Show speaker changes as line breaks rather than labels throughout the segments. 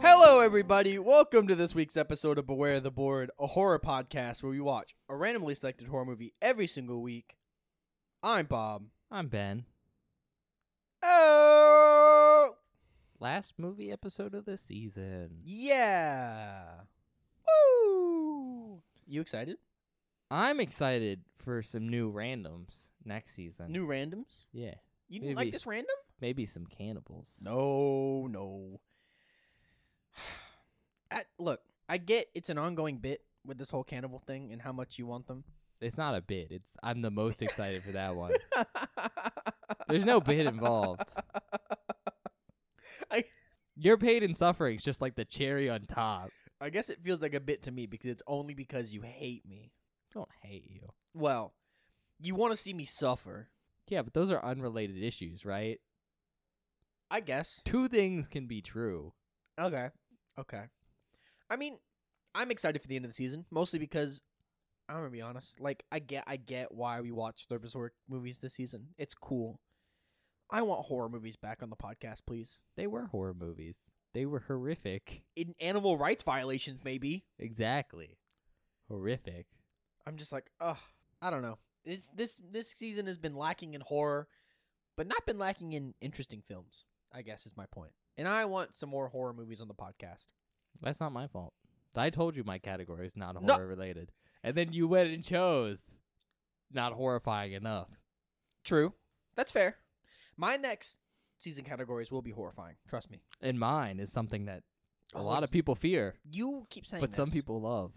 Hello, everybody. Welcome to this week's episode of Beware the Board, a horror podcast where we watch a randomly selected horror movie every single week. I'm Bob.
I'm Ben.
Oh,
Last movie episode of the season.
yeah. Woo! You excited?
I'm excited for some new randoms next season.
New randoms?
Yeah.
You didn't like
Maybe.
this random?
Maybe some cannibals.
No, no. I, look, I get it's an ongoing bit with this whole cannibal thing and how much you want them.
It's not a bit. It's I'm the most excited for that one. There's no bit involved.
I-
Your pain and suffering's just like the cherry on top.
I guess it feels like a bit to me because it's only because you hate me.
Don't hate you.
Well, you want to see me suffer,
Yeah, but those are unrelated issues, right?
I guess.
Two things can be true.
Okay. Okay. I mean, I'm excited for the end of the season, mostly because I'm gonna be honest. Like, I get, I get why we watch Thurber's work movies this season. It's cool. I want horror movies back on the podcast, please.
They were horror movies. They were horrific.
In animal rights violations, maybe.
Exactly. Horrific.
I'm just like, ugh. I don't know. This this this season has been lacking in horror, but not been lacking in interesting films. I guess is my point. And I want some more horror movies on the podcast.
That's not my fault. I told you my category is not
No.
horror related. And then you went and chose not horrifying enough.
True. That's fair. My next season categories will be horrifying. Trust me.
And mine is something that a
Oh,
lot of people fear,
You keep saying
but some
this,
people love.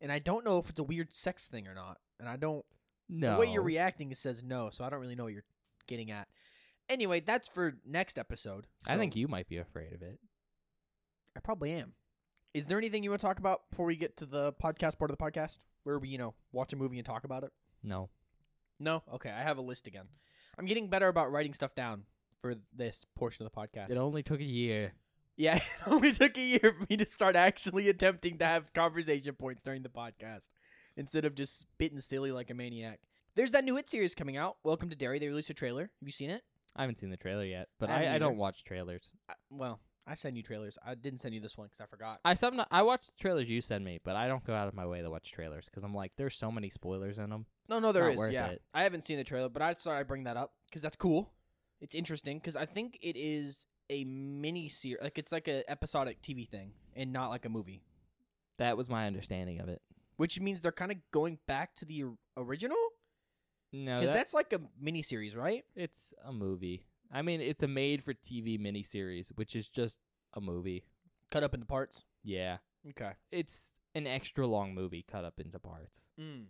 and I don't know if it's a weird sex thing or not. And I don't
No.
the way you're reacting it says no, so I don't really know what you're getting at. Anyway, that's for next episode.
I
so
think you might be afraid of it.
I probably am. Is there anything you want to talk about before we get to the podcast part of the podcast where we, you know, watch a movie and talk about it?
No.
No? Okay, I have a list again. I'm getting better about writing stuff down for this portion of the podcast.
It only took a year.
Yeah, it only took a year for me to start actually attempting to have conversation points during the podcast instead of just spitting silly like a maniac. There's that new It series coming out. Welcome to Derry. They released a trailer. Have you seen it?
I haven't seen the trailer yet, but
I
I,
haven't
I, don't
either.
watch trailers.
I, well, I send you trailers. I didn't send you this one because I forgot.
I some I watch the trailers you send me, but I don't go out of my way to watch trailers because I'm like, there's so many spoilers in them.
No, no, there
not
is.
worth
Yeah,
it.
I haven't seen the trailer, but I sorry I bring that up because that's cool. It's interesting because I think it is a mini series, like it's like a episodic TV thing and not like a movie,
That was my understanding of it.
which means they're kind of going back to the or- original
No,
because
that-
that's like a mini series, right?
It's a movie. I mean, it's a made for TV miniseries, which is just a movie.
Cut up into parts.
Yeah.
Okay.
It's an extra long movie cut up into parts.
Mm.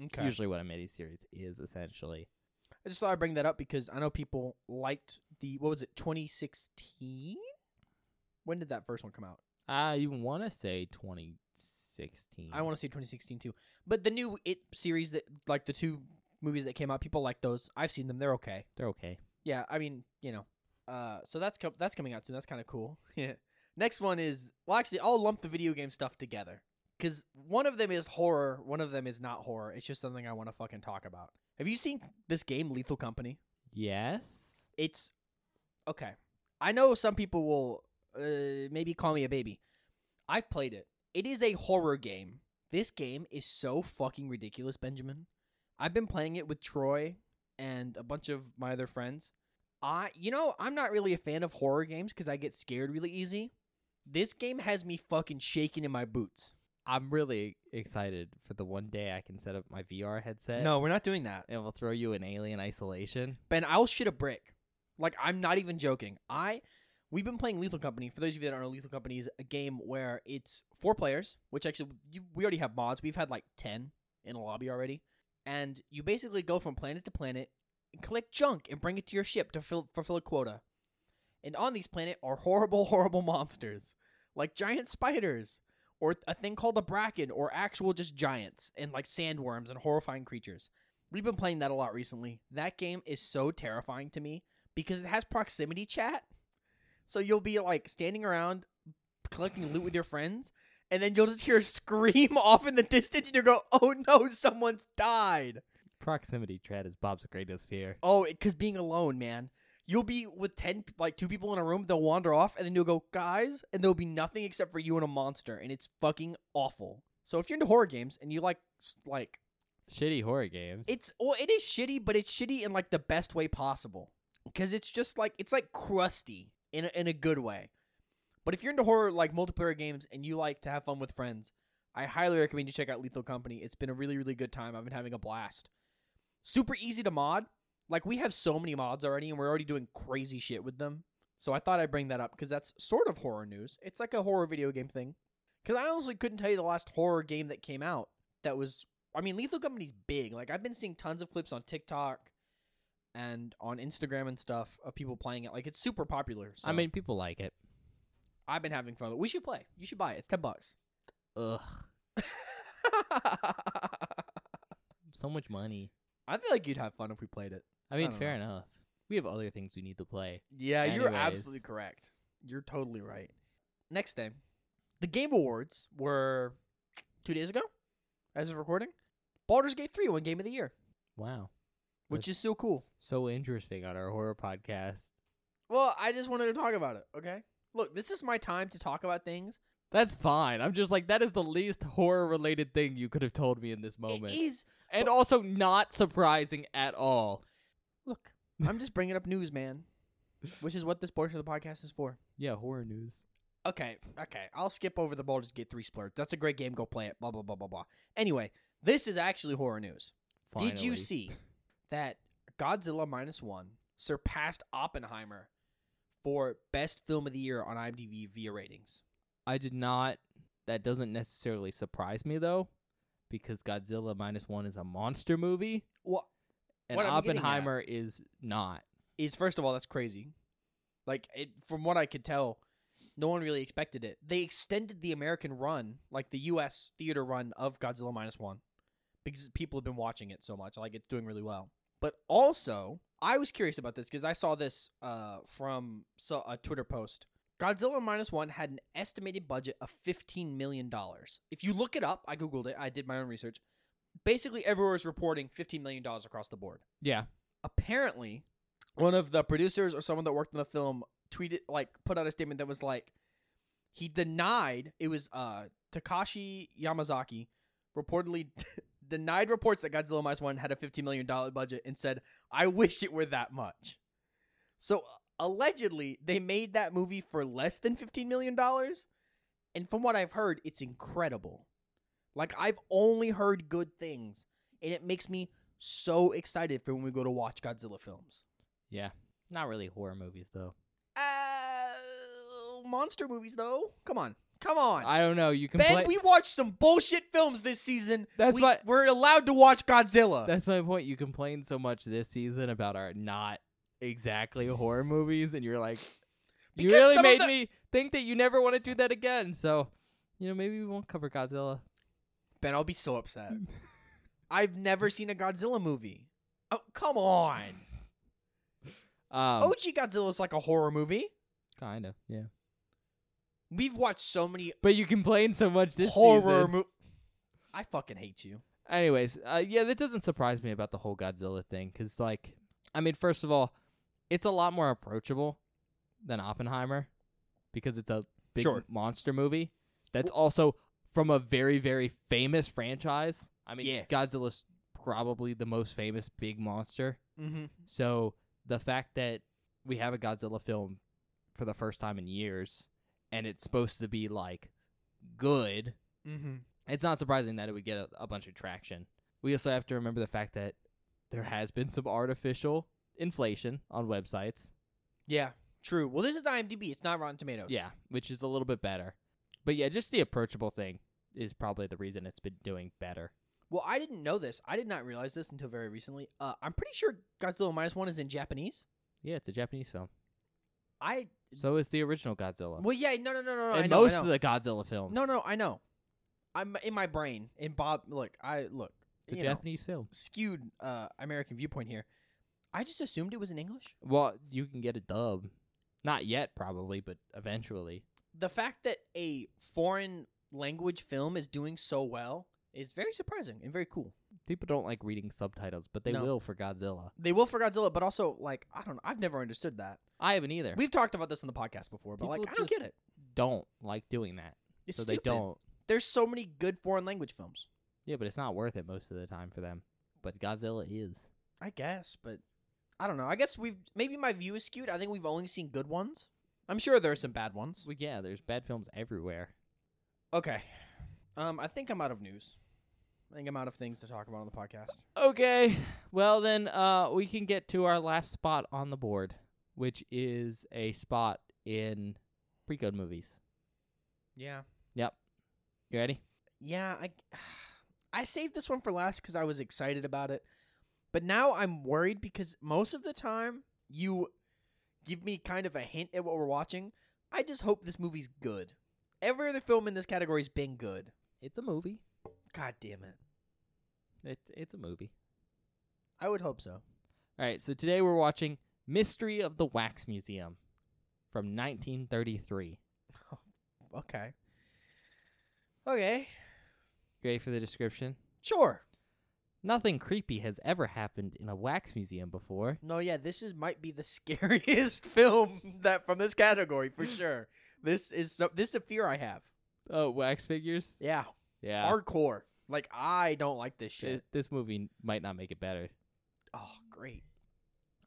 It's
Okay.
usually what a miniseries is, essentially.
I just thought I'd bring that up because I know people liked the what was it 2016? When did that first one come out?
I want to say 2016.
I want to say 2016 too. But the new It series that like the two movies that came out, people like those. I've seen them. They're okay.
They're okay.
Yeah, I mean, you know. Uh so that's co- that's coming out soon. That's kind of cool. Yeah. Next one is well actually I'll lump the video game stuff together cuz one of them is horror, one of them is not horror. It's just something I want to fucking talk about. Have you seen this game Lethal Company?
Yes.
it's okay. I know some people will uh, maybe call me a baby. I've played it. It is a horror game. This game is so fucking ridiculous, Benjamin. I've been playing it with Troy and a bunch of my other friends. I, you know, I'm not really a fan of horror games because I get scared really easy. This game has me fucking shaking in my boots.
I'm really excited for the one day I can set up my VR headset.
No, we're not doing that.
And we'll throw you in Alien Isolation.
Ben, I'll shit a brick. Like I'm not even joking. I we've been playing Lethal Company. For those of you that don't know, Lethal Company is a game where it's four players, which actually you, we already have mods. We've had like ten in a lobby already, and you basically go from planet to planet, and collect junk, and bring it to your ship to fill, fulfill a quota. And on these planet are horrible, horrible monsters like giant spiders. Or a thing called a bracken, or actual just giants and like sandworms and horrifying creatures. We've been playing that a lot recently. That game is so terrifying to me because it has proximity chat. So you'll be like standing around collecting loot with your friends, and then you'll just hear a scream off in the distance, and you'll go, "Oh no, someone's died!"
Proximity chat is Bob's greatest fear.
Oh, because being alone, man, You'll be with ten, p- like two people in a room. They'll wander off, and then you'll go, guys, and there'll be nothing except for you and a monster, and it's fucking awful. So if you're into horror games and you like, s- like
Shitty horror games.
it's well, it is shitty, but it's shitty in like the best way possible because it's just like it's like crusty in a, in a good way. But if you're into horror like multiplayer games and you like to have fun with friends, I highly recommend you check out Lethal Company. It's been a really really good time. I've been having a blast. Super easy to mod. Like we have so many mods already, and we're already doing crazy shit with them. So I thought I'd bring that up because that's sort of horror news. It's like a horror video game thing. Because I honestly couldn't tell you the last horror game that came out that was I mean, Lethal Company's big. Like I've been seeing tons of clips on TikTok and on Instagram and stuff of people playing it. Like it's super popular. So
I mean, people like it.
I've been having fun with it. We should play. You should buy it. It's ten bucks.
Ugh, so much money.
I feel like you'd have fun if we played it.
I mean,
don't
fair enough. We have other things we need to play.
Yeah, you're
Anyways.
absolutely correct. You're totally right. Next thing. The Game Awards were two days ago, as of recording. Baldur's Gate 3 won Game of the Year,
Wow,
which
That's-
is so cool.
so interesting on our horror podcast.
Well, I just wanted to talk about it, okay? Look, this is my time to talk about things
That's fine. I'm just like that is the least horror related thing you could have told me in this moment,
It is.
and also not surprising at all.
Look, I'm just bringing up news, man, which is what this portion of the podcast is for.
Yeah, horror news.
Okay, okay. I'll skip over the Baldur's Gate 3 splurge. That's a great game. Go play it. Blah, blah, blah, blah, blah. Anyway, this is actually horror news. Did you
Finally.
see that Godzilla Minus One surpassed Oppenheimer for best film of the year on IMDb via ratings?
I did not. That doesn't necessarily surprise me though, because Godzilla minus one is a monster movie,
Well,
and
What I'm getting at-
Oppenheimer is not.
is first of all that's crazy. Like it, from what I could tell, no one really expected it. They extended the American run, like the U.S. theater run of Godzilla minus one, because people have been watching it so much. Like it's doing really well. But also, I was curious about this because I saw this uh, from so, a Twitter post. Godzilla minus one had an estimated budget of fifteen million dollars. If you look it up, I googled it. I did my own research. Basically, everywhere is reporting fifteen million dollars across the board
Yeah,
apparently one of the producers or someone that worked on the film tweeted like put out a statement that was like he denied it was uh Takashi Yamazaki reportedly denied reports that Godzilla minus 1 had a 50 million dollar budget and said I wish it were that much. So allegedly they made that movie for less than 15 million dollars and from what I've heard it's incredible. Like I've only heard good things and it makes me so excited for when we go to watch Godzilla films.
yeah. Not really horror movies though.
Uh, monster movies, though. Come on, come on,
I don't know. You can
Ben.
play.
We watched some bullshit films this season.
That's
we,
what-
we're allowed to watch Godzilla.
That's my point. You complain so much this season about our not exactly horror movies, and you're like, you
Because
really
some of
made
the-
me think that you never want to do that again. So, you know, maybe we won't cover Godzilla.
ben, I'll be so upset. I've never seen a Godzilla movie. Oh, come on.
Um,
OG Godzilla is like a horror movie.
kind of, yeah.
We've watched so many
But you complain so much this
horror
season.
movies. I fucking hate you.
Anyways, uh, yeah, that doesn't surprise me about the whole Godzilla thing, because like, I mean, first of all, it's a lot more approachable than Oppenheimer, because it's a big
Sure.
monster movie. That's also from a very very famous franchise. I mean,
Yeah.
Godzilla's probably the most famous big monster.
Mm-hmm.
So the fact that we have a Godzilla film for the first time in years, and it's supposed to be like good,
Mm-hmm.
it's not surprising that it would get a, a bunch of traction. We also have to remember the fact that there has been some artificial inflation on websites.
Yeah, true. Well, this is IMDb. It's not Rotten Tomatoes.
Yeah, which is a little bit better. But yeah, just the approachable thing is probably the reason it's been doing better.
Well, I didn't know this. I did not realize this until very recently. Uh, I'm pretty sure Godzilla minus one is in Japanese.
Yeah, it's a Japanese film.
I
So is the original Godzilla.
well, yeah, no, no, no, no, no.
and
I know,
most
I
of
know.
the Godzilla films.
no, no, I know. I'm in my brain. And Bob, look, I look
It's a
you know,
Japanese film.
skewed uh, American viewpoint here. I just assumed it was in English.
Well, you can get a dub. Not yet, probably, but eventually.
The fact that a foreign language film is doing so well is very surprising and very cool.
People don't like reading subtitles, but they
No.
will for Godzilla.
They will for Godzilla, but also like I don't know. I've never understood that.
I haven't either.
We've talked about this on the podcast before, but like I
People
don't
just-
get it.
don't like doing that,
It's
so
stupid.
they don't.
There's so many good foreign language films.
Yeah, but it's not worth it most of the time for them. But Godzilla is.
I guess, but I don't know. I guess we've maybe my view is skewed. I think we've only seen good ones. I'm sure there are some bad ones.
Well, yeah, there's bad films everywhere.
Okay. Um, I think I'm out of news. I think I'm out of things to talk about on the podcast.
Okay. Well, then uh, we can get to our last spot on the board, which is a spot in pre-code movies.
Yeah.
You ready?
Yeah, I I saved this one for last cuz I was excited about it. But now I'm worried because most of the time you give me kind of a hint at what we're watching. I just hope this movie's good. Every other film in this category's been good.
It's a movie.
God damn it.
It's it's a movie.
I would hope so.
All right. So today we're watching Mystery of the Wax Museum from 1933.
Okay. Okay.
You ready for the description?
Sure.
Nothing creepy has ever happened in a wax museum before.
No, yeah, this is might be the scariest film that from this category for sure. This is so, this is a fear I have.
Oh, wax figures?
Yeah,
Yeah.
hardcore. Like I don't like this shit.
Th- this movie n- might not make it better.
oh, great.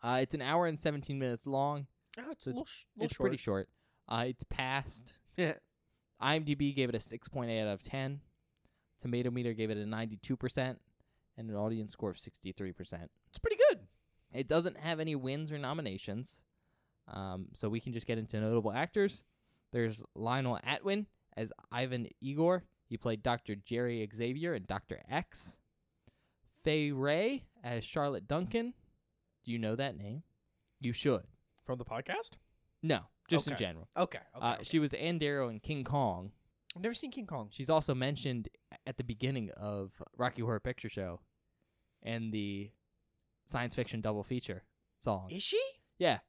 Uh, it's an hour and 17 minutes long.
Oh, it's
So
a
it's-
little, sh- little
it's
short.
pretty short. Uh, it's passed.
Yeah.
IMDb gave it a 6.8 out of 10. Tomato meter gave it a 92% and an audience score of 63%.
It's pretty good.
It doesn't have any wins or nominations. Um, so we can just get into notable actors. There's Lionel Atwin as Ivan Igor. He played Dr. Jerry Xavier and Dr. X. Faye Ray as Charlotte Duncan. Do you know that name? You should.
From the podcast?
No, just in
Okay.
general.
Okay. okay,
uh,
okay.
She was Ann Darrow in King Kong.
I've never seen King Kong.
She's also mentioned at the beginning of Rocky Horror Picture Show and the science fiction double feature song.
Is she?
Yeah.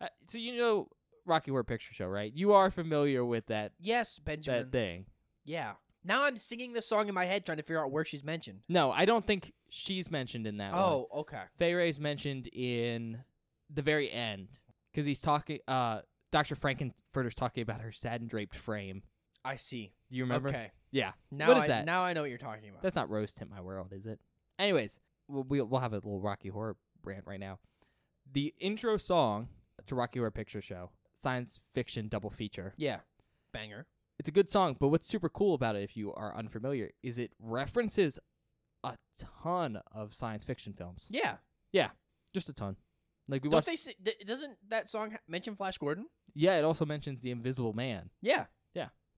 Uh, so you know Rocky Horror Picture Show, right? You are familiar with that
Yes, Benjamin.
that thing.
yeah. Now I'm singing the song in my head trying to figure out where she's mentioned.
No, I don't think she's mentioned in that one.
Oh, okay.
Fay Ray's mentioned in the very end because he's talking. Uh, Doctor Frankenfurter's talking about her saddened draped frame.
I see.
Do you remember?
Okay.
Yeah.
Now
What is
I,
that?
Now I know what you're talking about.
That's not Rose Tint My World, is it? Anyways, we'll, we'll we'll have a little Rocky Horror rant right now. The intro song to Rocky Horror Picture Show, science fiction double feature.
yeah. Banger.
It's a good song, but what's super cool about it, if you are unfamiliar, is it references a ton of science fiction films.
Yeah.
Just a ton. Like we
Don't
watched.
they say, th- doesn't that song ha- mention Flash Gordon?
yeah, it also mentions the Invisible Man.
Yeah.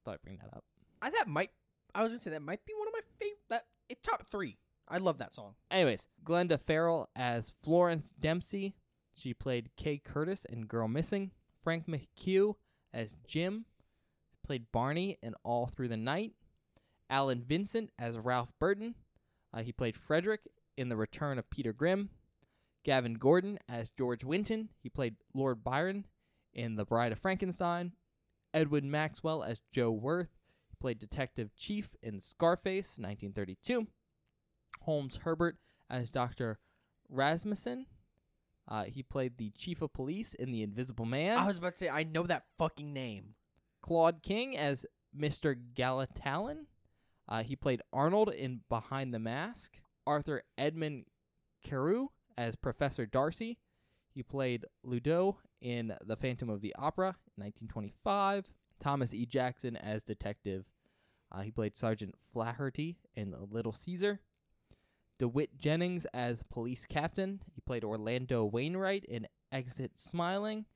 Thought I'd bring that up.
I that might I was going to say that might be one of my favorite that it top 3. I love that song.
Anyways, Glenda Farrell as Florence Dempsey. She played Kay Curtis in Girl Missing. Frank McHugh as Jim. Played Barney in All Through the Night. Alan Vincent as Ralph Burton. Uh, he played Frederick in The Return of Peter Grimm. Gavin Gordon as George Winton. He played Lord Byron in The Bride of Frankenstein. Edwin Maxwell as Joe Worth. He played Detective Chief in Scarface, 1932. Holmes Herbert as Dr. Rasmussen. Uh, he played the chief of police in The Invisible Man.
I was about to say I know that fucking name.
Claude King as Mr. Galatalon. Uh, he played Arnold in Behind the Mask. Arthur Edmund Carew as Professor Darcy. He played Ludo in The Phantom of the Opera in 1925. Thomas E. Jackson as Detective. Uh, he played Sergeant Flaherty in Little Caesar. DeWitt Jennings as Police Captain. He played Orlando Wainwright in Exit Smiling.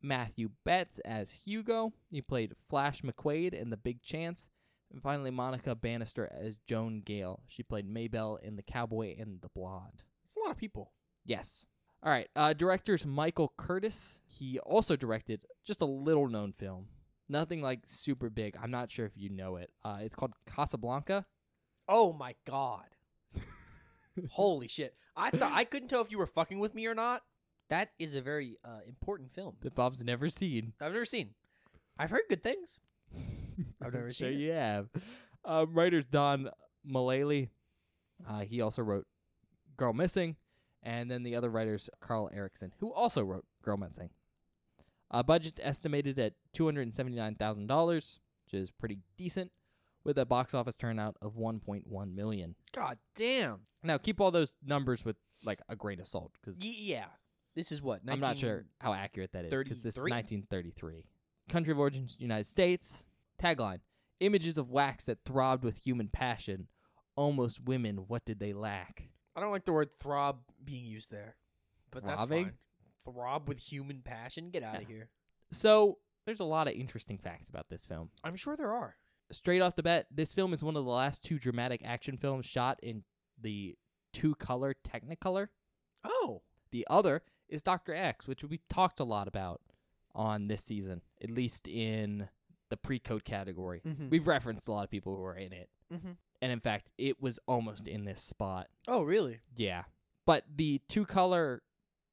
Matthew Betts as Hugo. He played Flash McQuaid in The Big Chance. And finally, Monica Bannister as Joan Gale. She played Maybelle in The Cowboy and the Blonde.
It's a lot of people.
Yes. All right. Uh, director's Michael Curtis. He also directed just a little known film. Nothing like super big. I'm not sure if you know it. Uh, it's called Casablanca.
Oh my god. Holy shit. I thought I couldn't tell if you were fucking with me or not. That is a very uh, important film.
That Bob's never seen.
I've never seen. I've heard good things. I've never
sure
seen it.
you have. Um, writers Don Mullally Uh, he also wrote Girl Missing, and then the other writers, Carl Erickson, who also wrote Girl Missing. Uh, budget's estimated at $279,000, which is pretty decent, with a box office turnout of 1.1 million.
God damn.
Now, keep all those numbers with like a grain of salt, because
Y- yeah. This is what? 19-
I'm not sure how accurate that is because this is
33?
1933. Country of origin, United States. Tagline: Images of wax that throbbed with human passion, almost women. What did they lack?
I don't like the word throb being used there. But
Throbbing?
that's fine. Throb with human passion. Get out
Yeah.
of here.
So there's a lot of interesting facts about this film.
I'm sure there are.
Straight off the bat, this film is one of the last two dramatic action films shot in the two-color Technicolor.
Oh.
The other is Doctor X, which we talked a lot about on this season, at least in the pre-code category.
Mm-hmm.
We've referenced a lot of people who are in it.
Mhm.
And in fact, it was almost in this spot.
Oh, really?
Yeah. But the two color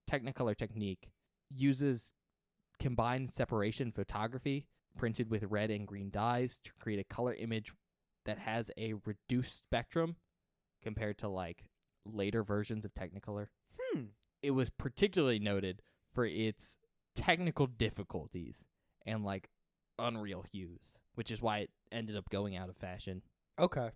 Technicolor technique uses combined separation photography printed with red and green dyes to create a color image that has a reduced spectrum compared to like later versions of Technicolor.
Hmm.
It was particularly noted for its technical difficulties and like unreal hues, which is why it ended up going out of fashion
Okay.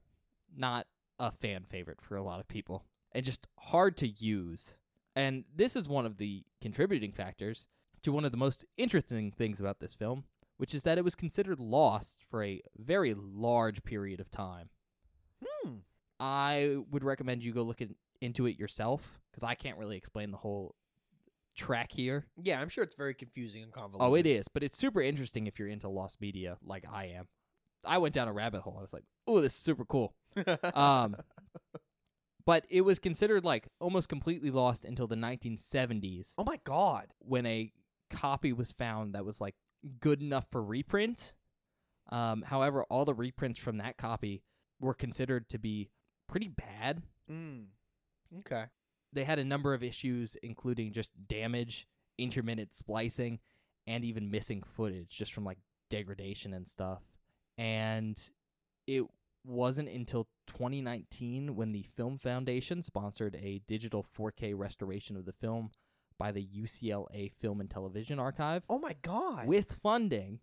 not a fan favorite for a lot of people and just hard to use. And this is one of the contributing factors to one of the most interesting things about this film, which is that it was considered lost for a very large period of time.
Hmm.
I would recommend you go look in into it yourself because I can't really explain the whole track here.
Yeah, I'm sure it's very confusing and convoluted.
Oh, it is, but it's super interesting if you're into lost media like I am. I went down a rabbit hole. I was like, "Oh, this is super cool." um, but it was considered like almost completely lost until the 1970s
oh my god.
when a copy was found that was like good enough for reprint. Um, however, all the reprints from that copy were considered to be pretty bad.
Mm. Okay.
They had a number of issues, including just damage, intermittent splicing, and even missing footage just from like degradation and stuff. And it wasn't until 2019 when the Film Foundation sponsored a digital 4K restoration of the film by the UCLA Film and Television Archive
Oh my god.
with funding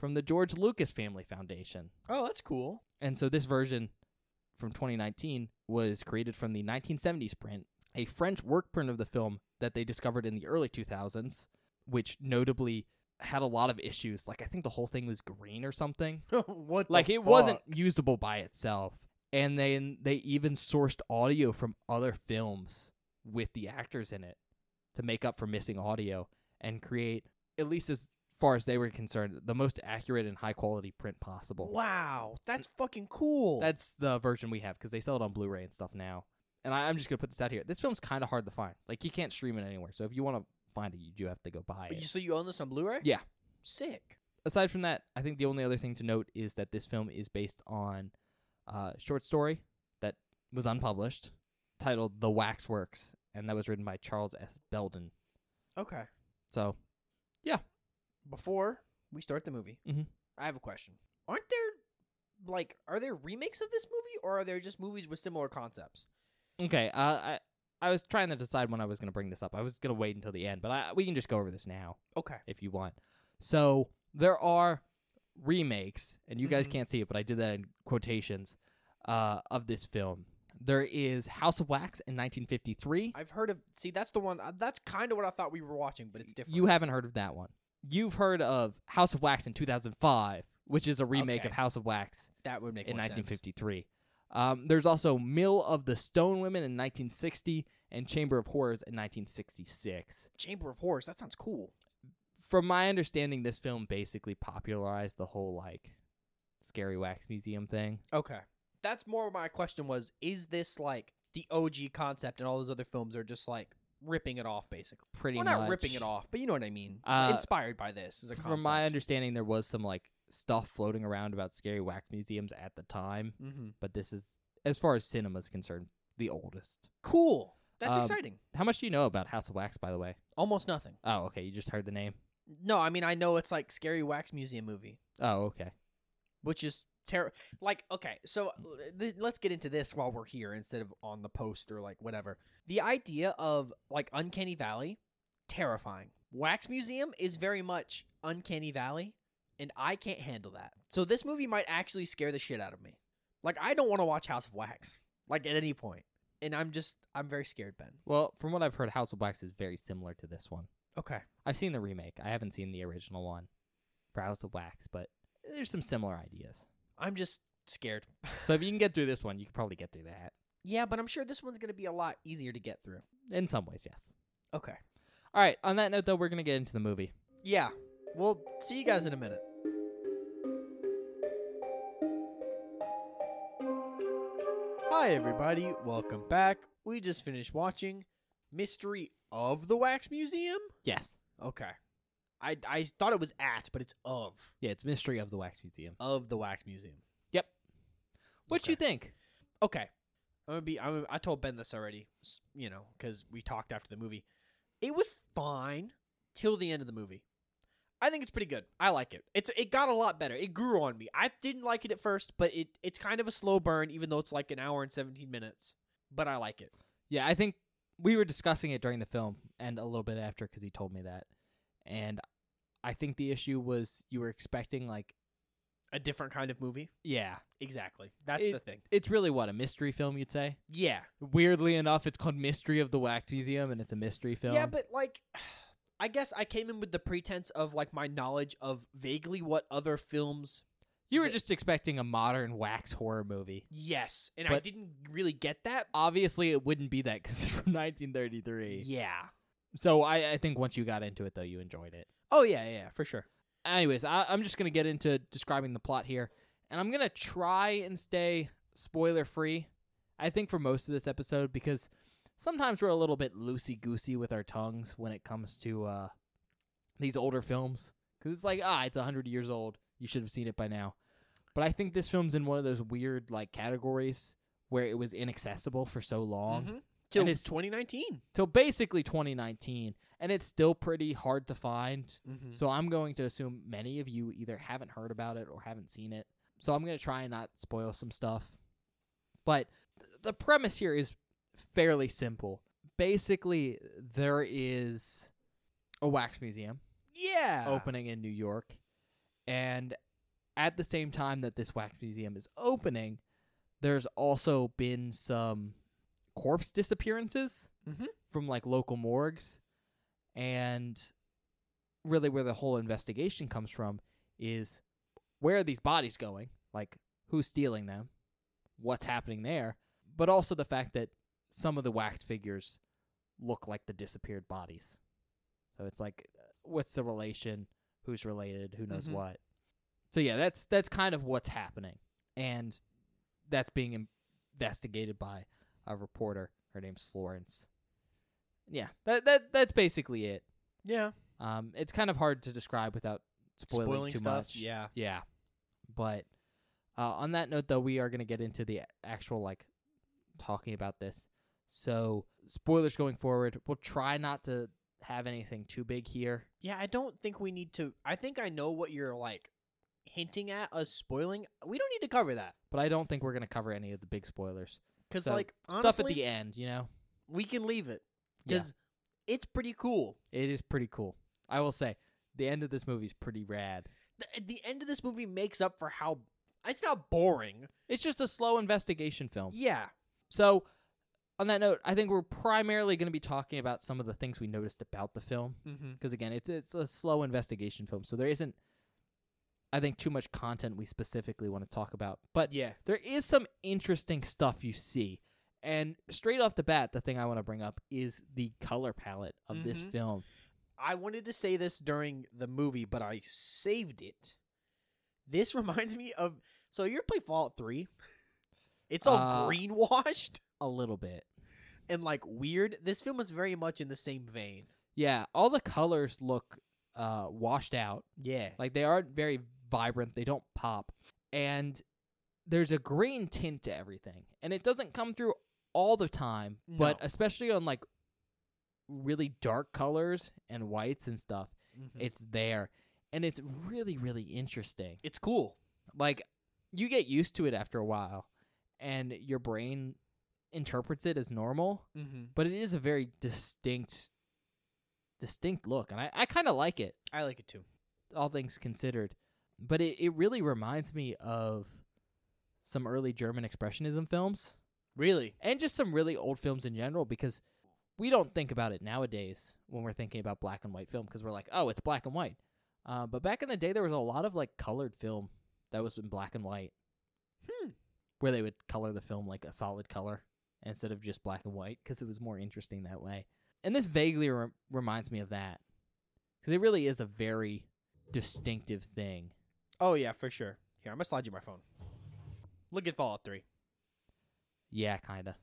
from the George Lucas Family Foundation.
oh, that's cool.
And so this version from 2019 was created from the 1970s print, a French work print of the film that they discovered in the early 2000s, which notably had a lot of issues. Like I think the whole thing was green or something.
what? the
Like it
fuck?
wasn't usable by itself. And then they even sourced audio from other films with the actors in it to make up for missing audio and create, at least as far as they were concerned, the most accurate and high quality print possible.
Wow, that's fucking cool.
That's the version we have because they sell it on Blu-ray and stuff now. And I, I'm just gonna put this out here. This film's kind of hard to find. Like you can't stream it anywhere. So if you want to find it, you do have to go buy
You-
it.
so you own this on Blu-ray?
Yeah.
Sick.
Aside from that, I think the only other thing to note is that this film is based on uh, short story that was unpublished, titled "The Waxworks," and that was written by Charles S. Belden.
Okay.
So
Before we start the movie,
Mhm.
I have a question. Aren't there like are there remakes of this movie, or are there just movies with similar concepts?
okay, uh, I I was trying to decide when I was gonna bring this up. I was gonna wait until the end, but I, we can just go over this now.
Okay.
if you want. So there are remakes, and you guys
Mhm.
can't see it, but I did that in quotations uh, of this film. There is House of Wax in 1953.
I've heard of. See, that's the one. Uh, that's kind of what I thought we were watching, but it's different.
You haven't heard of that one. You've heard of House of Wax in 2005, which is a remake
Okay.
of House of Wax
that would make
in
more sense.
1953. Um, there's also Mill of the Stone Women in 1960 and Chamber of Horrors in 1966.
Chamber of Horrors. That sounds cool.
from my understanding, this film basically popularized the whole like scary wax museum thing.
Okay. That's more my question was is this like the OG concept and all those other films are just like ripping it off basically.
Pretty
We're
much.
not ripping it off, but you know what I mean.
Uh,
Inspired by this is a concept.
From my understanding, there was some like stuff floating around about scary wax museums at the time,
mm-hmm.
but this is, as far as cinema is concerned, the oldest.
Cool. That's
Um,
exciting.
How much do you know about House of Wax, by the way?
Almost nothing.
Oh, okay, you just heard the name.
No, I mean I know it's like scary wax museum movie,
Oh, okay.
which is ter- like okay so th- let's get into this while we're here instead of on the post or like whatever the idea of like uncanny valley terrifying wax museum is very much uncanny valley and i can't handle that so this movie might actually scare the shit out of me like i don't want to watch house of wax like at any point and i'm just i'm very scared ben
Well, from what I've heard, House of Wax is very similar to this one.
okay
I've seen the remake. I haven't seen the original one for House of Wax, but there's some similar ideas.
i'm just scared
So if you can get through this one, you can probably get through that.
yeah but i'm sure this one's gonna be a lot easier to get through
In some ways, yes.
okay
All right. On that note, though, we're gonna get into the movie.
yeah we'll see you guys in a minute Hi, everybody. Welcome back. We just finished watching Mystery of the Wax Museum.
Yes.
Okay. I, I thought it was at, but it's of.
Yeah, it's Mystery of the Wax Museum.
Of the Wax Museum.
What
Okay.
you think?
Okay. I'm gonna be. I'm, gonna- I told Ben this already, s- you know, because we talked after the movie. It was fine till the end of the movie. I think it's pretty good. I like it. It's it got a lot better. It grew on me. I didn't like it at first, but it it's kind of a slow burn, even though it's like an hour and seventeen minutes. But I like it.
Yeah, I think we were discussing it during the film and a little bit after because he told me that, and I think the issue was you were expecting like
A different kind of movie.
yeah,
Exactly. That's
It-
the thing.
it's really what a mystery film you'd say.
Yeah.
Weirdly enough, it's called Mystery of the Wax Museum and it's a mystery film.
Yeah, but like, I guess I came in with the pretense of like my knowledge of vaguely what other films
you were
the-
just expecting a modern wax horror movie.
Yes, and I
But-
didn't really get that.
Obviously, it wouldn't be that because it's from 1933.
Yeah.
So I, I think once you got into it, though, you enjoyed it.
Oh yeah, yeah, yeah, for sure.
anyways, I, I'm just gonna get into describing the plot here, and I'm gonna try and stay spoiler free. I think for most of this episode because sometimes we're a little bit loosey goosey with our tongues when it comes to uh, these older films because it's like ah, it's a hundred years old. You should have seen it by now. But I think this film's in one of those weird like categories where it was inaccessible for so long
Mhm. Till
it's-
2019.
till basically 2019, and it's still pretty hard to find.
Mm-hmm.
So I'm going to assume many of you either haven't heard about it or haven't seen it. So I'm going to try and not spoil some stuff. But th- the premise here is fairly simple. Basically, there is a wax museum
Yeah.
opening in New York. And at the same time that this wax museum is opening, there's also been some corpse disappearances
Mhm.
from like local morgues. And really, where the whole investigation comes from is where are these bodies going? Like, who's stealing them? What's happening there? But also the fact that some of the wax figures look like the disappeared bodies. So it's like, uh, what's the relation? Who's related? Who knows
Mhm.
what? So yeah, that's that's kind of what's happening, and that's being investigated by a reporter. Her name's Florence. Yeah, that that that's basically it.
Yeah.
Um, it's kind of hard to describe without spoiling, too
stuff.
much.
Yeah.
Yeah. But uh, on that note, though, we are going to get into the actual, like, talking about this. So, spoilers going forward. We'll try not to have anything too big here.
Yeah, I don't think we need to. I think I know what you're like hinting at us spoiling. We don't need to cover that
But I don't think we're going to cover any of the big spoilers.
because
So,
like honestly,
stuff at the end, you know?
we can leave it
Yeah.
because it's pretty cool.
It is pretty cool. I will say, the end of this movie is pretty rad.
The, the end of this movie makes up for how it's not boring.
It's just a slow investigation film.
Yeah.
So, on that note, I think we're primarily going to be talking about some of the things we noticed about the film.
Mm-hmm.
because again, it's it's a slow investigation film, so there isn't, I think, too much content we specifically want to talk about. But
Yeah.
there is some interesting stuff you see, and straight off the bat, the thing I want to bring up is the color palette of this
Mhm.
film.
I wanted to say this during the movie, but I saved it. This reminds me of so you ever play Fallout Three? It's all
Uh.
greenwashed
A little bit,
and like weird. This film was very much in the same vein.
yeah. All the colors look uh, washed out,
Yeah.
like they aren't very vibrant. They don't pop, and there's a green tint to everything, and it doesn't come through all the time, but
No.
especially on like really dark colors and whites and stuff,
Mhm.
it's there, and it's really really interesting.
it's cool.
Like you get used to it after a while, and your brain interprets it as normal.
Mm-hmm.
But it is a very distinct, distinct look, and I, I kind of like it.
I like it too.
all things considered. But it, it really reminds me of some early German expressionism films
Really?
and just some really old films in general because we don't think about it nowadays when we're thinking about black and white film because we're like, oh, it's black and white. Uh, but back in the day, there was a lot of like colored film that was in black and white
Hmm.
where they would color the film like a solid color instead of just black and white because it was more interesting that way. And this vaguely re- reminds me of that because it really is a very distinctive thing.
Oh yeah, for sure. Here, I'm gonna slide you my phone. Look at Fallout Three.
Yeah, kind of.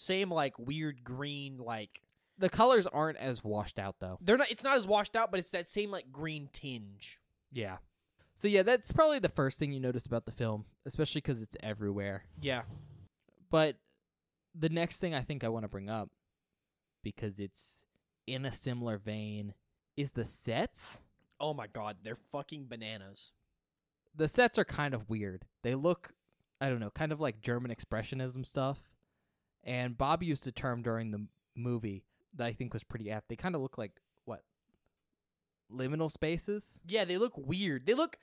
Same like weird green like
The colors aren't as washed out though.
they're not. It's not as washed out, but it's that same like green tinge.
Yeah. So yeah, that's probably the first thing you notice about the film, especially cuz it's everywhere.
Yeah.
But the next thing I think I want to bring up because it's in a similar vein is the sets.
Oh my god, they're fucking bananas.
The sets are kind of weird. They look I don't know, kind of like German expressionism stuff. And Bob used a term during the m- movie that I think was pretty apt. They kind of look like what? Liminal spaces?
Yeah, they look weird. They look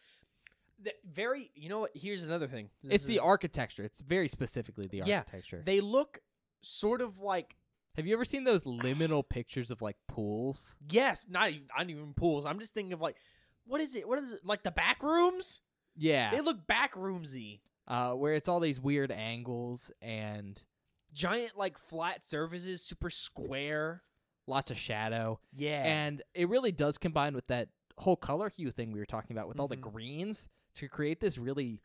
th- very. You know what? Here's another thing. This
it's
is-
the architecture. It's very specifically the
Yeah,
architecture.
They look sort of like
Have you ever seen those liminal pictures of like pools?
yes, not even, not even pools. I'm just thinking of like what is it? What is it? Like the back rooms? They
Yeah,
look back roomsy.
uh, where it's all these weird angles and
Giant like flat surfaces, super square.
lots of shadow,
Yeah.
and it really does combine with that whole color hue thing we were talking about with all the
Mhm.
greens to create this really,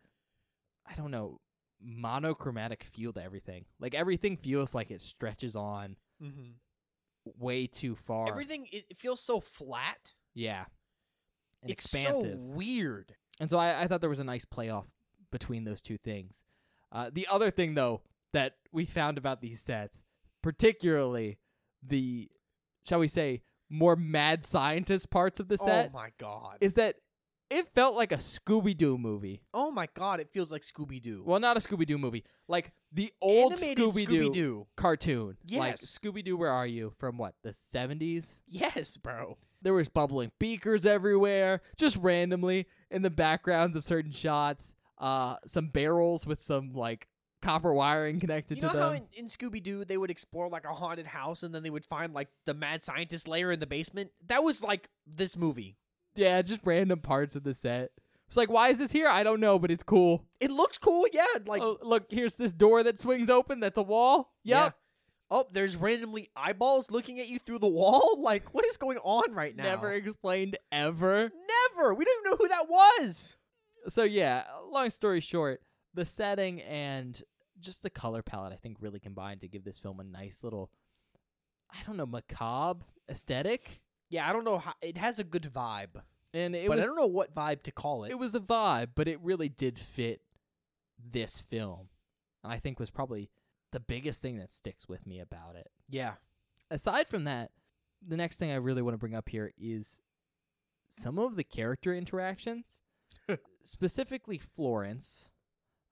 I don't know, monochromatic feel to everything. Like everything feels like it stretches on
mm-hmm.
way too far.
everything it it feels so flat.
yeah, and
it's
expansive.
so weird.
And so I, I thought there was a nice playoff between those two things. Uh, the other thing, though, that we found about these sets, particularly the, shall we say, more mad scientist parts of the set,
oh my god.
is that it felt like a Scooby Doo movie.
oh my god, it feels like Scooby Doo.
Well, not a Scooby Doo movie, like the old Scooby Doo
Doo.
cartoon. Like
Yes.
Scooby Doo, Where Are You? from what, the 70s?
Yes, bro.
there was bubbling beakers everywhere, just randomly in the backgrounds of certain shots. Uh, some barrels with some like copper wiring connected
You know
to
how
them.
in, in Scooby Doo they would explore like a haunted house and then they would find like the mad scientist lair in the basement? That was like this movie.
yeah, just random parts of the set. It's like, why is this here? I don't know, but it's cool.
It looks cool, yeah. Like,
oh, look, here's this door that swings open. That's a wall. Yep.
yeah. Oh, there's randomly eyeballs looking at you through the wall. Like, what is going on right now?
Never explained ever.
never. We don't even know who that was.
So yeah, long story short, the setting and just the color palette I think really combined to give this film a nice little I don't know, macabre aesthetic.
Yeah, I don't know. How, it has a good vibe,
and it
but
was
I don't know what vibe to call it.
it was a vibe, but it really did fit this film, and I think was probably the biggest thing that sticks with me about it.
yeah,
Aside from that, the next thing I really want to bring up here is some of the character interactions, specifically Florence,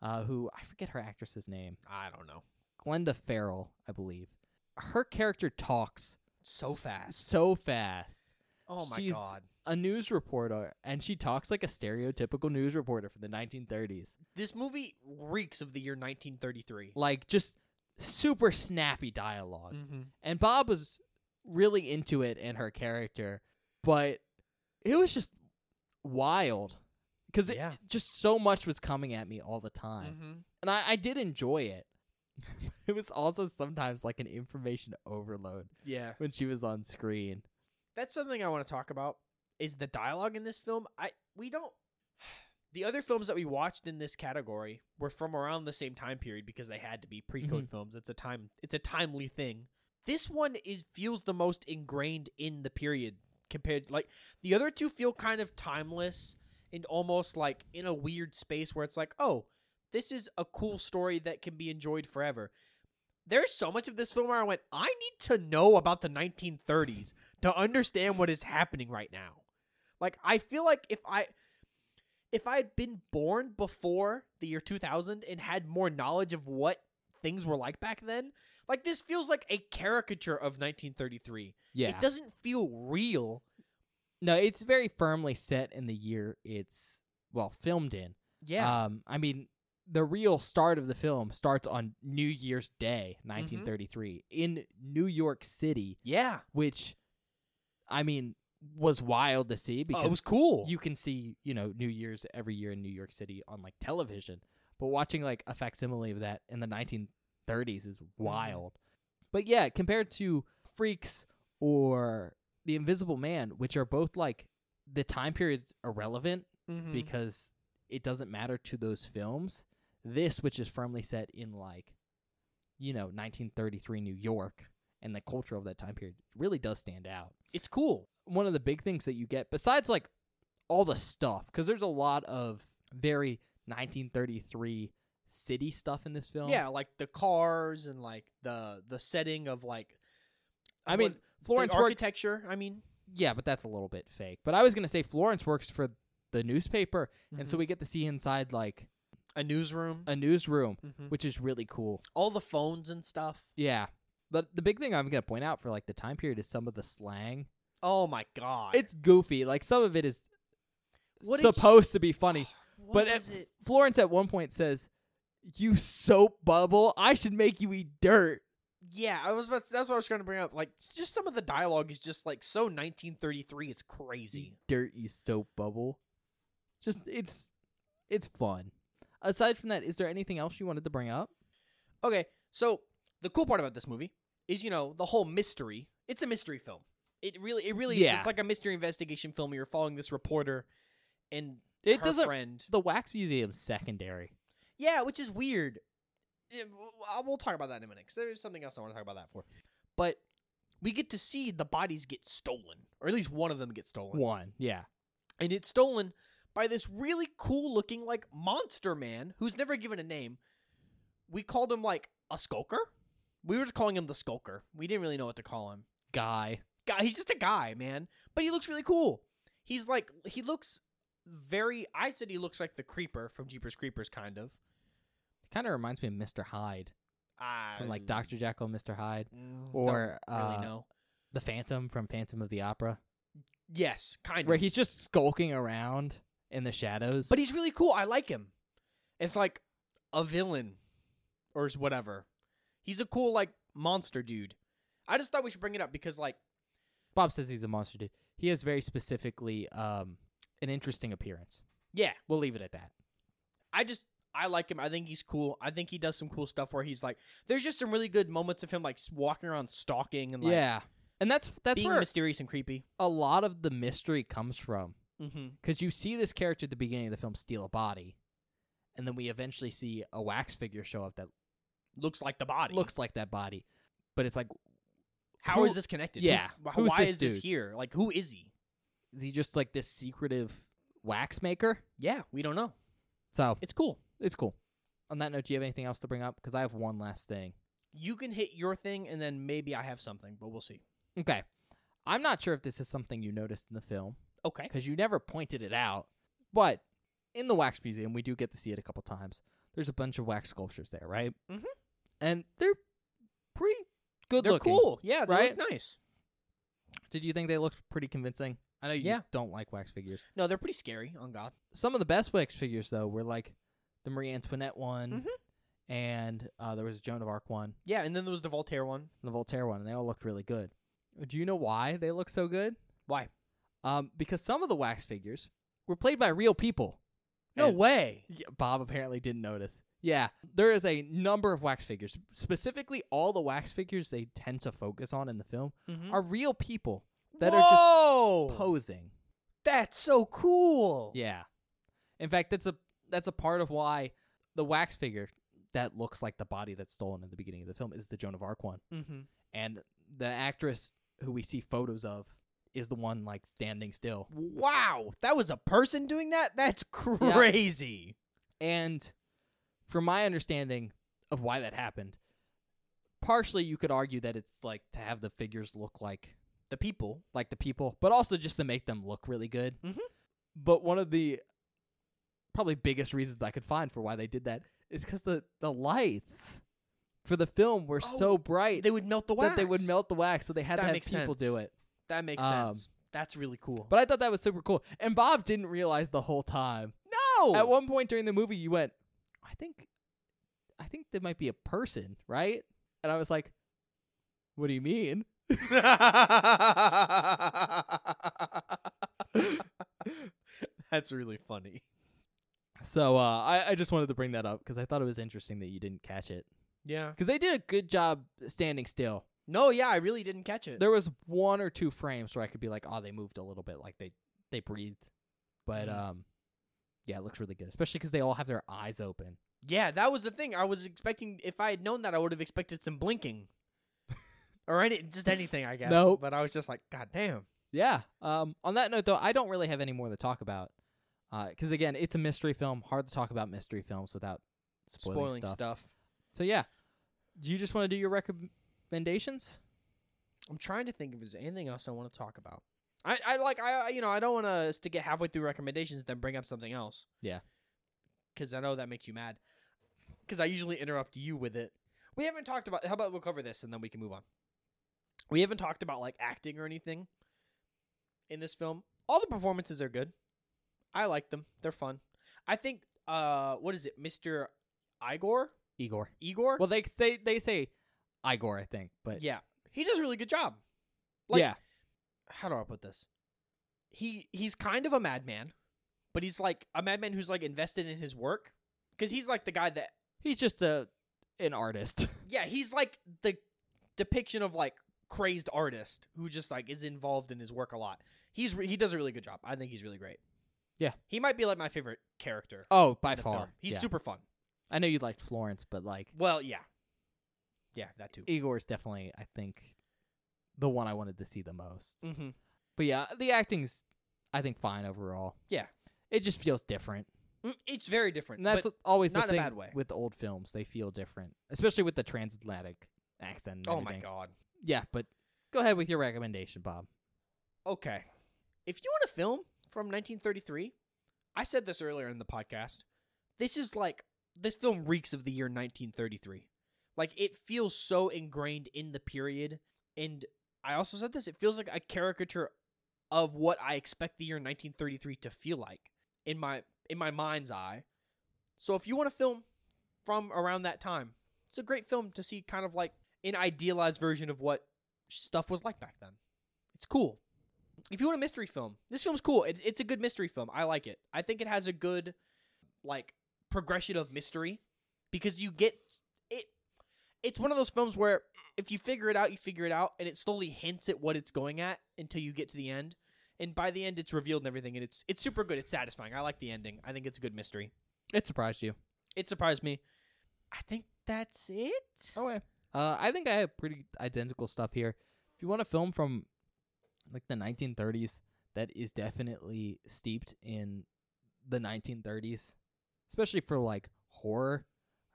uh, who I forget her actress's name,
I don't know.
Glenda Farrell, I believe. Her character talks
So
s-
fast.
so fast.
Oh my
she's-
god.
a news reporter and she talks like a stereotypical news reporter from the 1930s.
This movie reeks of the year 1933.
Like just super snappy dialog
Mm-hmm.
And Bob was really into it and her character, but it was just wild cuz
Yeah.
just so much was coming at me all the time.
Mm-hmm.
And I, I did enjoy it. it was also sometimes like an information overload
Yeah.
when she was on screen.
that's something I want to talk about is the dialogue in this film. I we don't the other films that we watched in this category were from around the same time period because they had to be pre-code films. It's a time it's a timely thing. This one is feels the most ingrained in the period compared like the other two feel kind of timeless and almost like in a weird space where it's like, "Oh, this is a cool story that can be enjoyed forever." There's so much of this film where I went, "I need to know about the 1930s." to understand what is happening right now. Like I feel like if I if I had been born before the year 2000 and had more knowledge of what things were like back then, like this feels like a caricature of 1933.
Yeah.
It doesn't feel real.
no, it's very firmly set in the year it's well filmed in.
Yeah.
Um, I mean, the real start of the film starts on New Year's Day,
Mm-hmm.
1933, in New York City,
yeah.
which, I mean, was wild to see
Oh,
because
it was cool.
you can see, you know, New Year's every year in New York City on like television. But watching like a facsimile of that in the 1930s is
Mm-hmm.
wild. But yeah, compared to Freaks or The Invisible Man, which are both like the time period's irrelevant
Mhm.
because it doesn't matter to those films. This, which is firmly set in like, you know, 1933 New York and the culture of that time period, really does stand out.
it's cool.
One of the big things that you get, besides like all the stuff, because there's a lot of very 1933 city stuff in this film.
Yeah, like the cars and like the the setting of like
I mean,
what-
Florence
the
works-
architecture, I mean.
Yeah, but that's a little bit fake. But I was going to say Florence works for the newspaper. And so
Mm-hmm.
we get to see inside like
a newsroom,
a newsroom,
Mhm.
which is really cool.
all the phones and stuff.
Yeah. But the big thing I'm gonna point out for like the time period is some of the slang.
Oh my god.
It's goofy. Like some of it is
What is-
supposed to be funny.
What
but
is
at-
it?
Florence at one point says, "You soap bubble, I should make you eat dirt."
Yeah, I was about to, that's what I was trying to bring up. Like s- just some of the dialogue is just like so 1933, it's
Eat
crazy.
dirt, you soap bubble. Just it's it's fun. Aside from that, is there anything else you wanted to bring up?
Okay, so the cool part about this movie is, you know, the whole mystery. It's a mystery film. It really it really is.
Yeah.
It's like a mystery investigation film. where You're following this reporter and
It
her
doesn't.
friend.
The wax museum's secondary.
Yeah, which is weird. Yeah, w- I- we'll talk about that in a minute because there's something else I want to talk about that for. But we get to see the bodies get stolen, or at least one of them gets stolen,
One, yeah,
and it's stolen by this really cool looking like monster man who's never given a name. We called him like a skulker. We were just calling him the skulker. We didn't really know what to call him.
guy.
Guy, he's just a guy, man. But he looks really cool. He's like he looks very. I said he looks like the creeper from Jeepers Creepers, kind of.
Kind of reminds me of Mr. Hyde
I
from like Doctor Jekyll, and Mr. Hyde.
Mm,
or
don't really
uh,
know.
the Phantom from Phantom of the Opera,
Yes, kind
where
of.
he's just skulking around in the shadows.
but he's really cool. I like him. It's like a villain or s- whatever. He's a cool like monster dude. I just thought we should bring it up because like
Bob says he's a monster dude. He has very specifically um, an interesting appearance.
yeah,
We'll leave it at that.
I just I like him. I think he's cool. I think he does some cool stuff where he's like there's just some really good moments of him like s- walking around stalking and like
yeah, and that's that's
being
where
mysterious and creepy.
a lot of the mystery comes from,
Mm-hmm.
because you see this character at the beginning of the film steal a body, and then we eventually see a wax figure show up that
Looks like the body.
looks like that body, but it's like
How is
who-
this connected?
yeah,
Who, wh-
who's
why
this
is this
dude?
here? Like who is he?
is he just like this secretive wax maker?
Yeah, we don't know.
So
It's cool.
it's cool. On that note, do you have anything else to bring up? Because I have one last thing.
you can hit your thing and then maybe I have something, but we'll see.
Okay. I'm not sure if this is something you noticed in the film
Okay.
because you never pointed it out. But in the Wax Museum, we do get to see it a couple times. There's a bunch of wax sculptures there, right?
Mhm.
And they're pretty good
They're
looking.
cool. Yeah, they
right?
look nice.
Did you think they looked pretty convincing? I know you
Yeah.
don't like wax figures.
No, they're pretty scary on God.
Some of the best wax figures, though, were like the Marie Antoinette one,
Mm-hmm.
and uh, there was a Joan of Arc one,
Yeah, and then there was the Voltaire one.
and the Voltaire one, and they all looked really good. Do you know why they look so good?
Why?
Um, because some of the wax figures were played by real people. And-
way.
Yeah, Bob apparently didn't notice. Yeah, there is a number of wax figures. Specifically, all the wax figures they tend to focus on in the film are real people that are
Mm-hmm. Whoa!
just posing.
That's so cool.
Yeah. In fact, that's a that's a part of why the wax figure that looks like the body that's stolen in the beginning of the film is the Joan of Arc one,
Mm-hmm.
and the actress who we see photos of is the one like standing still.
Wow, that was a person doing that. That's crazy.
And from my understanding of why that happened, partially you could argue that it's like to have the figures look like
The people. Mm-hmm.
like the people, but also just to make them look really good.
Mhm.
But one of the probably biggest reasons I could find for why they did that is because the the lights for the film were so
Oh,
bright
They would melt the wax.
that they would melt the wax, so they had
That
to have
makes
people do
sense.
it.
That makes
Um,
sense. That's really cool.
But I thought that was super cool, and Bob didn't realize the whole time.
no.
At one point during the movie, you went, "I think, I think there might be a person, right?" And I was like, "What do you mean?"
That's really funny.
So uh, I I just wanted to bring that up because I thought it was interesting that you didn't catch it
Yeah.
because they did a good job standing still.
No, yeah, I really didn't catch it.
There was one or two frames where I could be like, "Oh, they moved a little bit, like they they breathed," but
Mhm.
um, yeah, it looks really good, especially because they all have their eyes open.
yeah, that was the thing. I was expecting if I had known that I would have expected some blinking. or any just anything, I guess.
Nope.
But I was just like, God damn.
Yeah. Um, on that note, though, I don't really have any more to talk about. Because, again, it's a mystery film. Hard to talk about mystery films without spoiling, stuff. So, yeah. Do you just want to do your recommendations?
I'm trying to think if there's anything else I want to talk about. I, I like I I- you know I don't want to stick it halfway through recommendations then bring up something else.
Yeah.
Because I know that makes you mad. Because I usually interrupt you with it. We haven't talked about. How about we'll cover this and then we can move on. We haven't talked about like acting or anything in this film. All the performances are good. I like them. They're fun. I think. Uh, what is it, Mister Igor?
Igor.
Igor?
Well, they say, they say Igor, I think. But
yeah, he does a really good job. like-
yeah.
how do I put this? He he's kind of a madman, but he's like a madman who's like invested in his work because he's like the guy that
He's just a an artist.
yeah he's like the depiction of like crazed artist who just like is involved in his work a lot. He's re- he does a really good job. I think he's really great.
Yeah.
he might be like my favorite character.
oh,
in
by
the
far.
film. he's
Yeah.
super fun.
I know you liked Florence, but, like,
Well, yeah, yeah, that too.
Igor's definitely, I think, the one I wanted to see the most.
Mm-hmm.
But, yeah, the acting's, I think, fine overall.
Yeah.
It just feels different.
Mm, It's very different.
And that's
but-
always
not
the
in a
thing
bad way.
with old films; they feel different, especially with the transatlantic accent. and
oh my
everything.
god.
Yeah, but go ahead with your recommendation, Bob.
Okay. If you want a film from 1933, I said this earlier in the podcast. This is like this film reeks of the year 1933. Like it feels so ingrained in the period and I also said this, it feels like a caricature of what I expect the year 1933 to feel like in my in my mind's eye. So if you want a film from around that time, it's a great film to see kind of like an idealized version of what stuff was like back then. It's cool. If you want a mystery film, this film's cool. It, it's a good mystery film. I like it. I think it has a good, like, progression of mystery because you get it. It's one of those films where if you figure it out, you figure it out, and it slowly hints at what it's going at until you get to the end. And by the end, it's revealed and everything, and it's it's super good. It's satisfying. I like the ending. I think it's a good mystery.
It surprised you.
It surprised me. I think that's it.
Okay. Uh, I think I have pretty identical stuff here. If you want a film from like the 1930s that is definitely steeped in the 1930s, especially for like horror,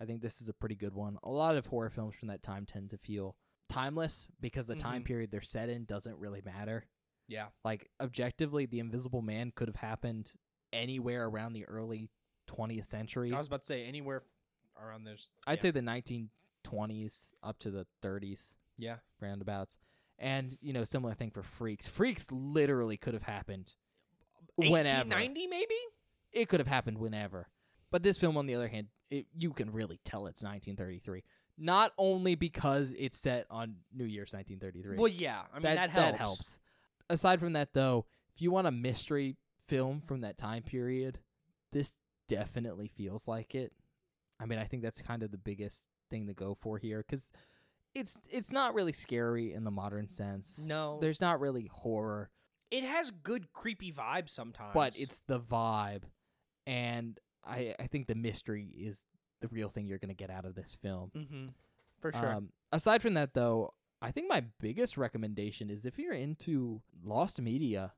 I think this is a pretty good one. A lot of horror films from that time tend to feel timeless because the time
Mhm.
period they're set in doesn't really matter.
Yeah.
Like objectively, The Invisible Man could have happened anywhere around the early 20th century.
I was about to say anywhere f- around there's.
I'd
yeah.
say the 1920s up to the 30s
yeah.
roundabouts. And, you know, similar thing for Freaks. Freaks literally could have happened whenever.
1890 maybe.
It could have happened whenever. But this film, on the other hand, it, you can really tell it's 1933. Not only because it's set on New Year's 1933.
Well, yeah. I mean that, helps.
Aside from that, though, if you want a mystery film from that time period, this definitely feels like it. I mean, I think that's kind of the biggest thing to go for here because it's it's not really scary in the modern sense.
No,
there's not really horror,
it has good creepy vibes sometimes.
but it's the vibe, and I I think the mystery is the real thing you're gonna get out of this film.
mm-hmm. for sure.
Um, aside from that, though, I think my biggest recommendation is if you're into lost media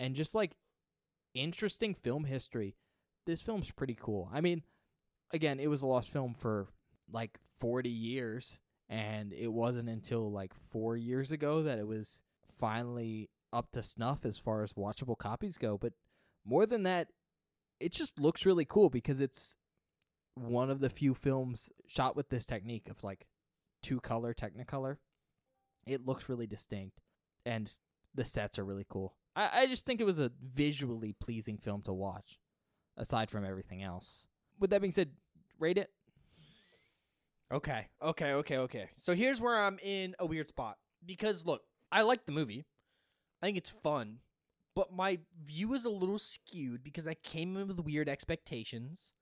and just like interesting film history, this film's pretty cool. I mean, again, it was a lost film for like 40 years, and it wasn't until like four years ago that it was finally up to snuff as far as watchable copies go. But more than that, it just looks really cool because it's one of the few films shot with this technique of like two color technicolor. It looks really distinct and the sets are really cool. I, I just think it was a visually pleasing film to watch, aside from everything else. With that being said, rate it.
Okay, okay, okay, okay. So here's where I'm in a weird spot because look, I like the movie. I think it's fun, but my view is a little skewed because I came in with weird expectations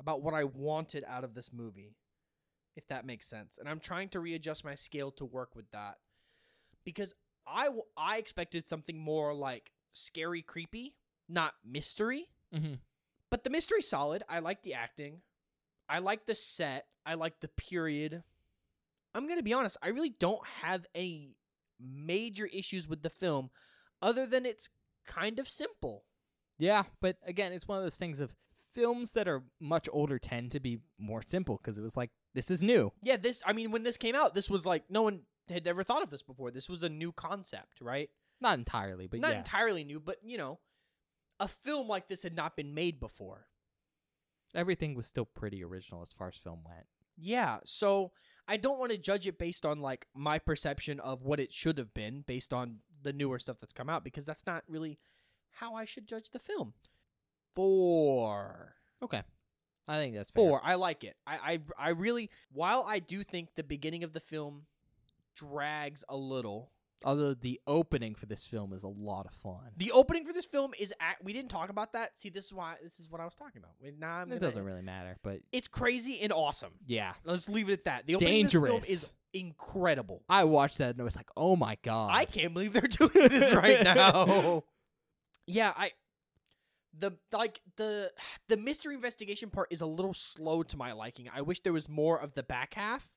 about what I wanted out of this movie, if that makes sense. And I'm trying to readjust my scale to work with that because I w- I expected something more like scary, creepy, not mystery.
Mm-hmm.
But the mystery's solid. I like the acting. I like the set. I like the period. I'm going to be honest, I really don't have any major issues with the film other than it's kind of simple.
Yeah, but again, it's one of those things of films that are much older tend to be more simple because it was like this is new.
Yeah, this I mean when this came out, this was like no one had ever thought of this before. This was a new concept, right?
Not entirely, but
not
yeah.
entirely new, but you know, a film like this had not been made before.
everything was still pretty original as far as film went.
Yeah, so I don't want to judge it based on like my perception of what it should have been based on the newer stuff that's come out because that's not really how I should judge the film. Four.
Okay. I think that's fair.
Four. I like it. I, I I really while I do think the beginning of the film drags a little.
Although the opening for this film is a lot of fun.
The opening for this film is at, we didn't talk about that. See, this is why this is what I was talking about. Wait, Now I'm
it
gonna-
doesn't really matter, but
It's crazy and awesome.
yeah.
Let's leave it at that. The opening of this film is
Dangerous.
incredible.
I watched that and I was like, oh my god.
I can't believe they're doing this right now. yeah, I the like the the mystery investigation part is a little slow to my liking. I wish there was more of the back half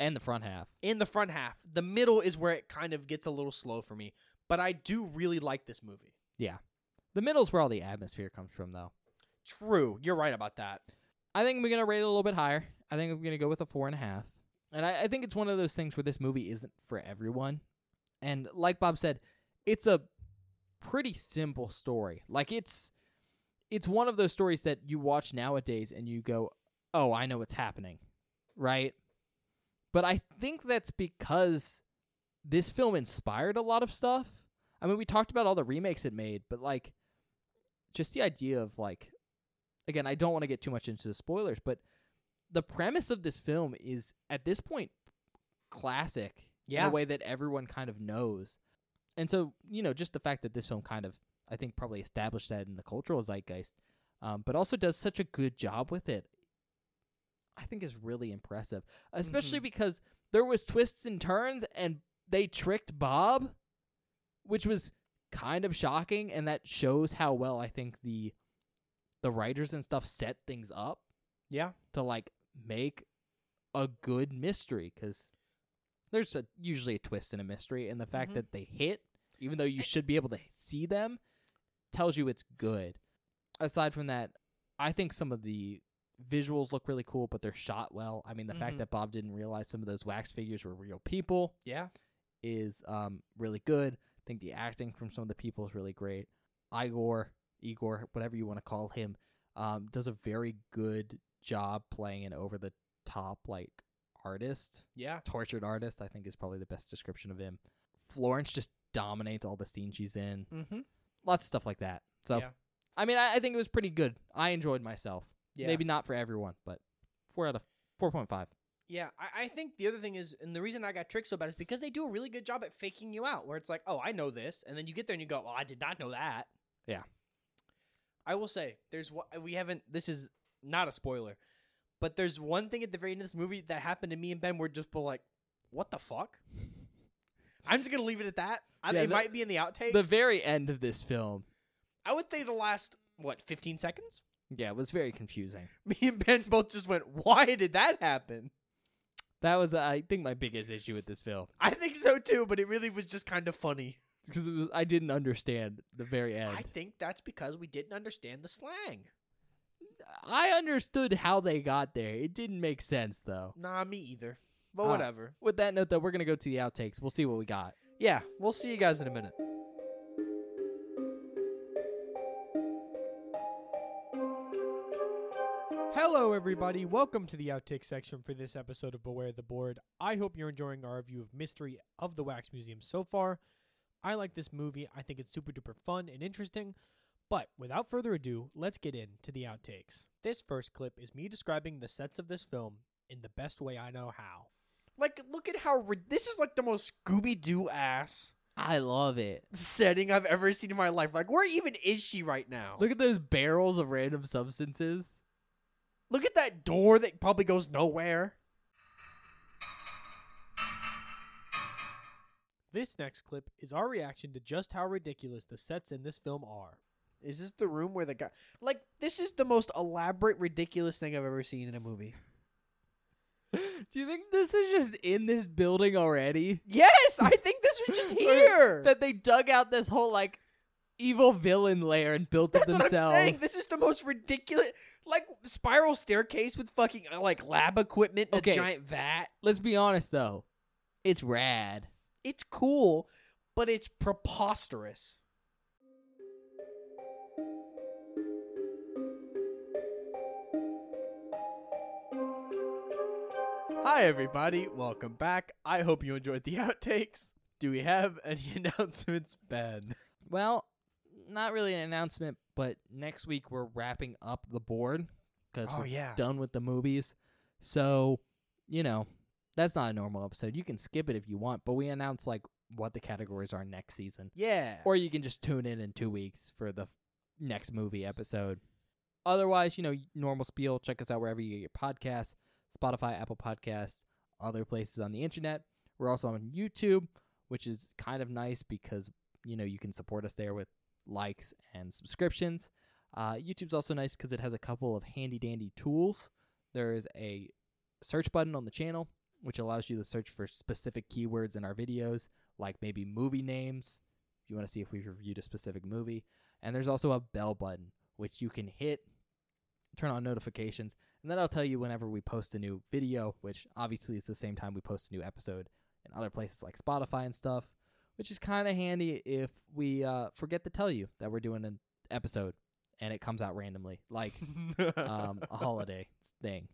and the front half.
and the front half. The middle is where it kind of gets a little slow for me, but I do really like this movie.
The middle's where all the atmosphere comes from though.
True, you're right about that.
I think we're gonna rate it a little bit higher. I think I'm gonna go with a four and a half. And I, I think it's one of those things where this movie isn't for everyone. And like Bob said, it's a pretty simple story. Like it's it's one of those stories that you watch nowadays and you go, Oh, I know what's happening. Right? But I think that's because this film inspired a lot of stuff. I mean, we talked about all the remakes it made, but like just the idea of like again, I don't want to get too much into the spoilers, but the premise of this film is at this point classic in
Yeah.
a way that everyone kind of knows. And so, you know, just the fact that this film kind of I think probably established that in the cultural zeitgeist, um, but also does such a good job with it. I think is really impressive, especially because there was twists and turns, and they tricked Bob, which was kind of shocking, and that shows how well I think the the writers and stuff set things up
Yeah.
to like make a good mystery because there's a, usually a twist in a mystery, and the fact
Mhm.
that they hit, even though you should be able to see them, tells you it's good. Aside from that, I think some of the visuals look really cool, but they're shot well. I mean, the
Mhm.
fact that Bob didn't realize some of those wax figures were real people
Yeah.
is um, really good. I think the acting from some of the people is really great. Igor, Igor, whatever you want to call him, um, does a very good job playing an over the top like artist,
Yeah.
tortured artist. I think is probably the best description of him. Florence just dominates all the scenes she's in.
Mhm.
Lots of stuff like that. So,
Yeah.
I mean, I, I think it was pretty good. I enjoyed myself.
Yeah.
Maybe not for everyone, but four out of four point five.
Yeah, I, I think the other thing is, and the reason I got tricked so bad is because they do a really good job at faking you out, where it's like, oh, I know this, and then you get there and you go, well, I did not know that.
Yeah.
I will say, there's what we haven't. This is not a spoiler, but there's one thing at the very end of this movie that happened to me and Ben. We're just both like, what the fuck? I'm just gonna leave it at that. I,
Yeah,
it
the-
might be in the outtakes.
The very end of this film,
I would say the last what 15 seconds.
yeah, was very confusing.
Me and Ben both just went, why did that happen?
That was, I think, my biggest issue with this film
I think so too, but it really was just kind of funny.
because it was I didn't understand the very end.
I think that's because we didn't understand the slang.
I, understood how they got there. It didn't make sense though.
Nah, me either. But
Ah.
whatever.
With that note, though, we're gonna go to the outtakes. We'll see what we got.
Yeah, we'll see you guys in a minute.
Hello, everybody. Welcome to the outtake section for this episode of Beware the Board. I hope you're enjoying our review of Mystery of the Wax Museum so far. I like this movie. I think it's super duper fun and interesting. But without further ado, let's get into the outtakes. This first clip is me describing the sets of this film in the best way I know how.
Like, look at how rid this is like the most Scooby Doo ass
I love it.
setting I've ever seen in my life. Like, where even is she right now?
Look at those barrels of random substances.
look at that door that probably goes nowhere.
This next clip is our reaction to just how ridiculous the sets in this film are.
Is this the room where the guy? Like, this is the most elaborate, ridiculous thing I've ever seen in a movie.
Do you think this was just in this building already?
Yes, I think this was just
Or
here.
That they dug out this whole like evil villain lair and built
That's
it themselves.
what I'm saying. This is the most ridiculous, like spiral staircase with fucking uh, like lab equipment, and
Okay.
a giant vat.
Let's be honest though. It's rad.
It's cool, but it's preposterous. Hi, everybody. Welcome back. I hope you enjoyed the outtakes. Do we have any announcements, Ben?
Well, not really an announcement, but next week we're wrapping up the board because we're
Oh, yeah.
done with the movies. So, you know, that's not a normal episode. You can skip it if you want, but we announce like what the categories are next season.
Yeah.
Or you can just tune in in two weeks for the f- next movie episode. Otherwise, you know, normal spiel. Check us out wherever you get your podcasts Spotify, Apple Podcasts, other places on the internet. We're also on YouTube, which is kind of nice because, you know, you can support us there with likes and subscriptions. Uh, YouTube's also nice because it has a couple of handy dandy tools. There is a search button on the channel, which allows you to search for specific keywords in our videos, like maybe movie names if you want to see if we've reviewed a specific movie. And there's also a bell button, which you can hit, turn on notifications, and that'll tell you whenever we post a new video, which obviously is the same time we post a new episode in other places like Spotify and stuff, which is kind of handy if we uh, forget to tell you that we're doing an episode and it comes out randomly, like um, a holiday thing.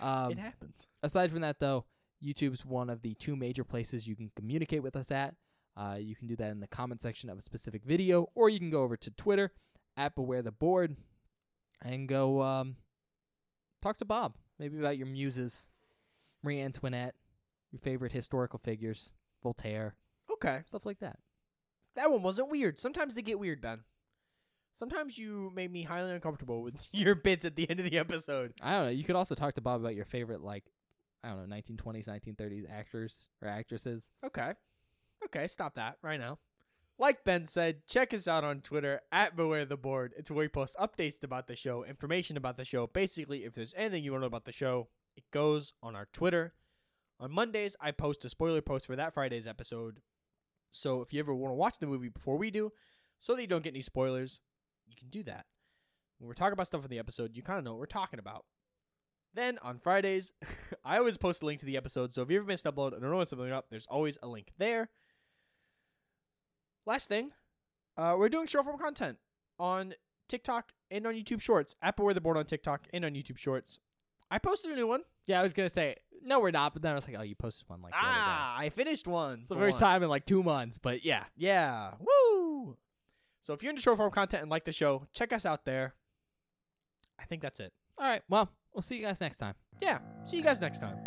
Um,
it happens.
aside from that though youtube's one of the two major places you can communicate with us at uh, you can do that in the comment section of a specific video or you can go over to twitter at beware the board and go um, talk to bob maybe about your muses marie antoinette your favorite historical figures voltaire
Okay.
stuff like that
That one wasn't weird. Sometimes they get weird, Ben. Sometimes you made me highly uncomfortable with your bits at the end of the episode.
i don't know you could also talk to bob about your favorite like i don't know 1920s 1930s actors or actresses
Okay. Okay, stop that right now. Like Ben said, check us out on Twitter at Beware the Board. It's where we post updates about the show, information about the show. Basically, if there's anything you want to know about the show, it goes on our Twitter. On Mondays, I post a spoiler post for that Friday's episode. So if you ever want to watch the movie before we do, so that you don't get any spoilers, you can do that. When we're talking about stuff in the episode, you kind of know what we're talking about. Then on Fridays, I always post a link to the episode, so if you ever missed an upload and don't know when something up, there's always a link there. Last thing, uh, we're doing short form content on TikTok and on YouTube Shorts. At Beware the Board on TikTok and on YouTube Shorts. I posted a new one.
yeah i was gonna say no we're not but then i was like oh you posted one like the other day.
ah, I finished one.
It's the
for
first
once.
time in like two months, but yeah.
Yeah. Woo! So if you're into short form content and like the show, check us out there. I think that's it.
All right. Well, we'll see you guys next time.
Yeah. See you guys next time.